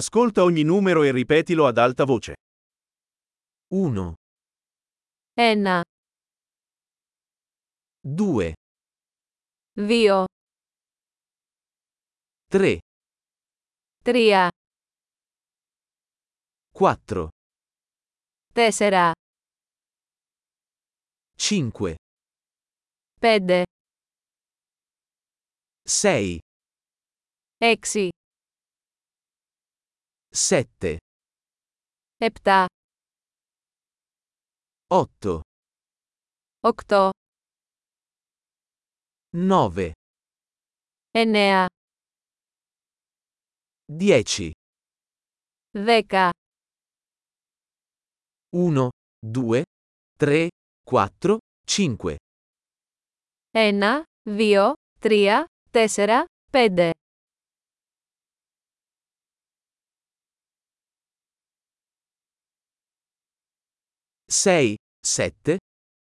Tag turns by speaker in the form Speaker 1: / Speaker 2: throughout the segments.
Speaker 1: Ascolta ogni numero e ripetilo ad alta voce.
Speaker 2: 1,
Speaker 3: 1,
Speaker 2: 2,
Speaker 3: 2,
Speaker 2: 3,
Speaker 3: 3,
Speaker 2: 4,
Speaker 3: 4,
Speaker 2: 5,
Speaker 3: 5,
Speaker 2: 6,
Speaker 3: 6,
Speaker 2: 7,
Speaker 3: 7,
Speaker 2: 8,
Speaker 3: 8,
Speaker 2: 9,
Speaker 3: 9,
Speaker 2: 10,
Speaker 3: 10,
Speaker 2: 1, 2, 3, 4, 5,
Speaker 3: 1, 2, 3, 4, 5,
Speaker 2: 6, 7,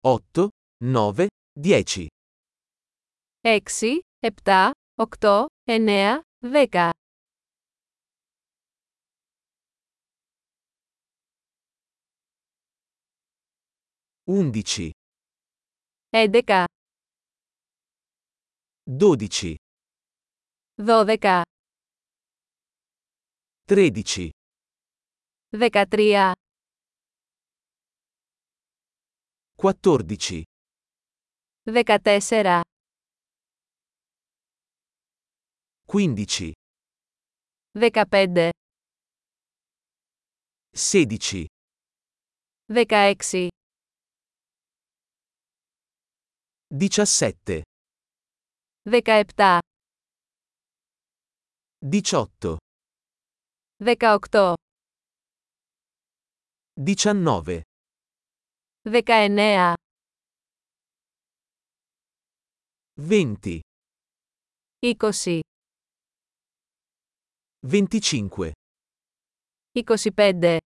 Speaker 2: 8, 9, 10,
Speaker 3: 6, 7, 8, 9, 10,
Speaker 2: 11,
Speaker 3: 11,
Speaker 2: 12,
Speaker 3: 12,
Speaker 2: 13,
Speaker 3: 13,
Speaker 2: 14,
Speaker 3: 14,
Speaker 2: 15,
Speaker 3: 15,
Speaker 2: 16,
Speaker 3: 16,
Speaker 2: 17,
Speaker 3: 17,
Speaker 2: 18,
Speaker 3: 18,
Speaker 2: 19,
Speaker 3: 19,
Speaker 2: 20,
Speaker 3: 20,
Speaker 2: 25,
Speaker 3: 25,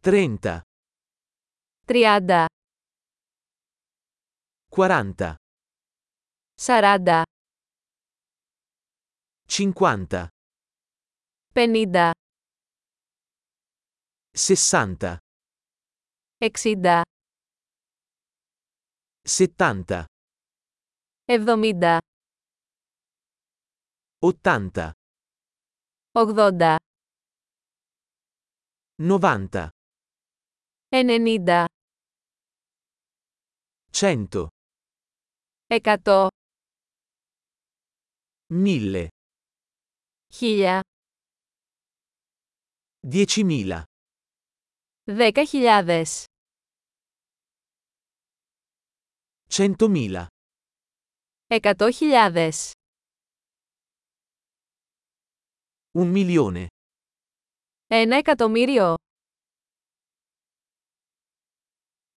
Speaker 2: 30,
Speaker 3: 30,
Speaker 2: 40,
Speaker 3: 40,
Speaker 2: 50,
Speaker 3: 50,
Speaker 2: 60,
Speaker 3: 60,
Speaker 2: 70,
Speaker 3: 70,
Speaker 2: 80,
Speaker 3: 80,
Speaker 2: 90,
Speaker 3: 90,
Speaker 2: 100,
Speaker 3: 100,
Speaker 2: 1000,
Speaker 3: 1000,
Speaker 2: 10.000,
Speaker 3: 10.000,
Speaker 2: 100.000,
Speaker 3: 100.000,
Speaker 2: 1 milione,
Speaker 3: 1 εκατομμύριο.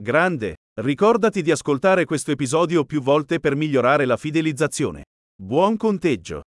Speaker 1: Grande, ricordati di ascoltare questo episodio più volte per migliorare la fidelizzazione. Buon conteggio!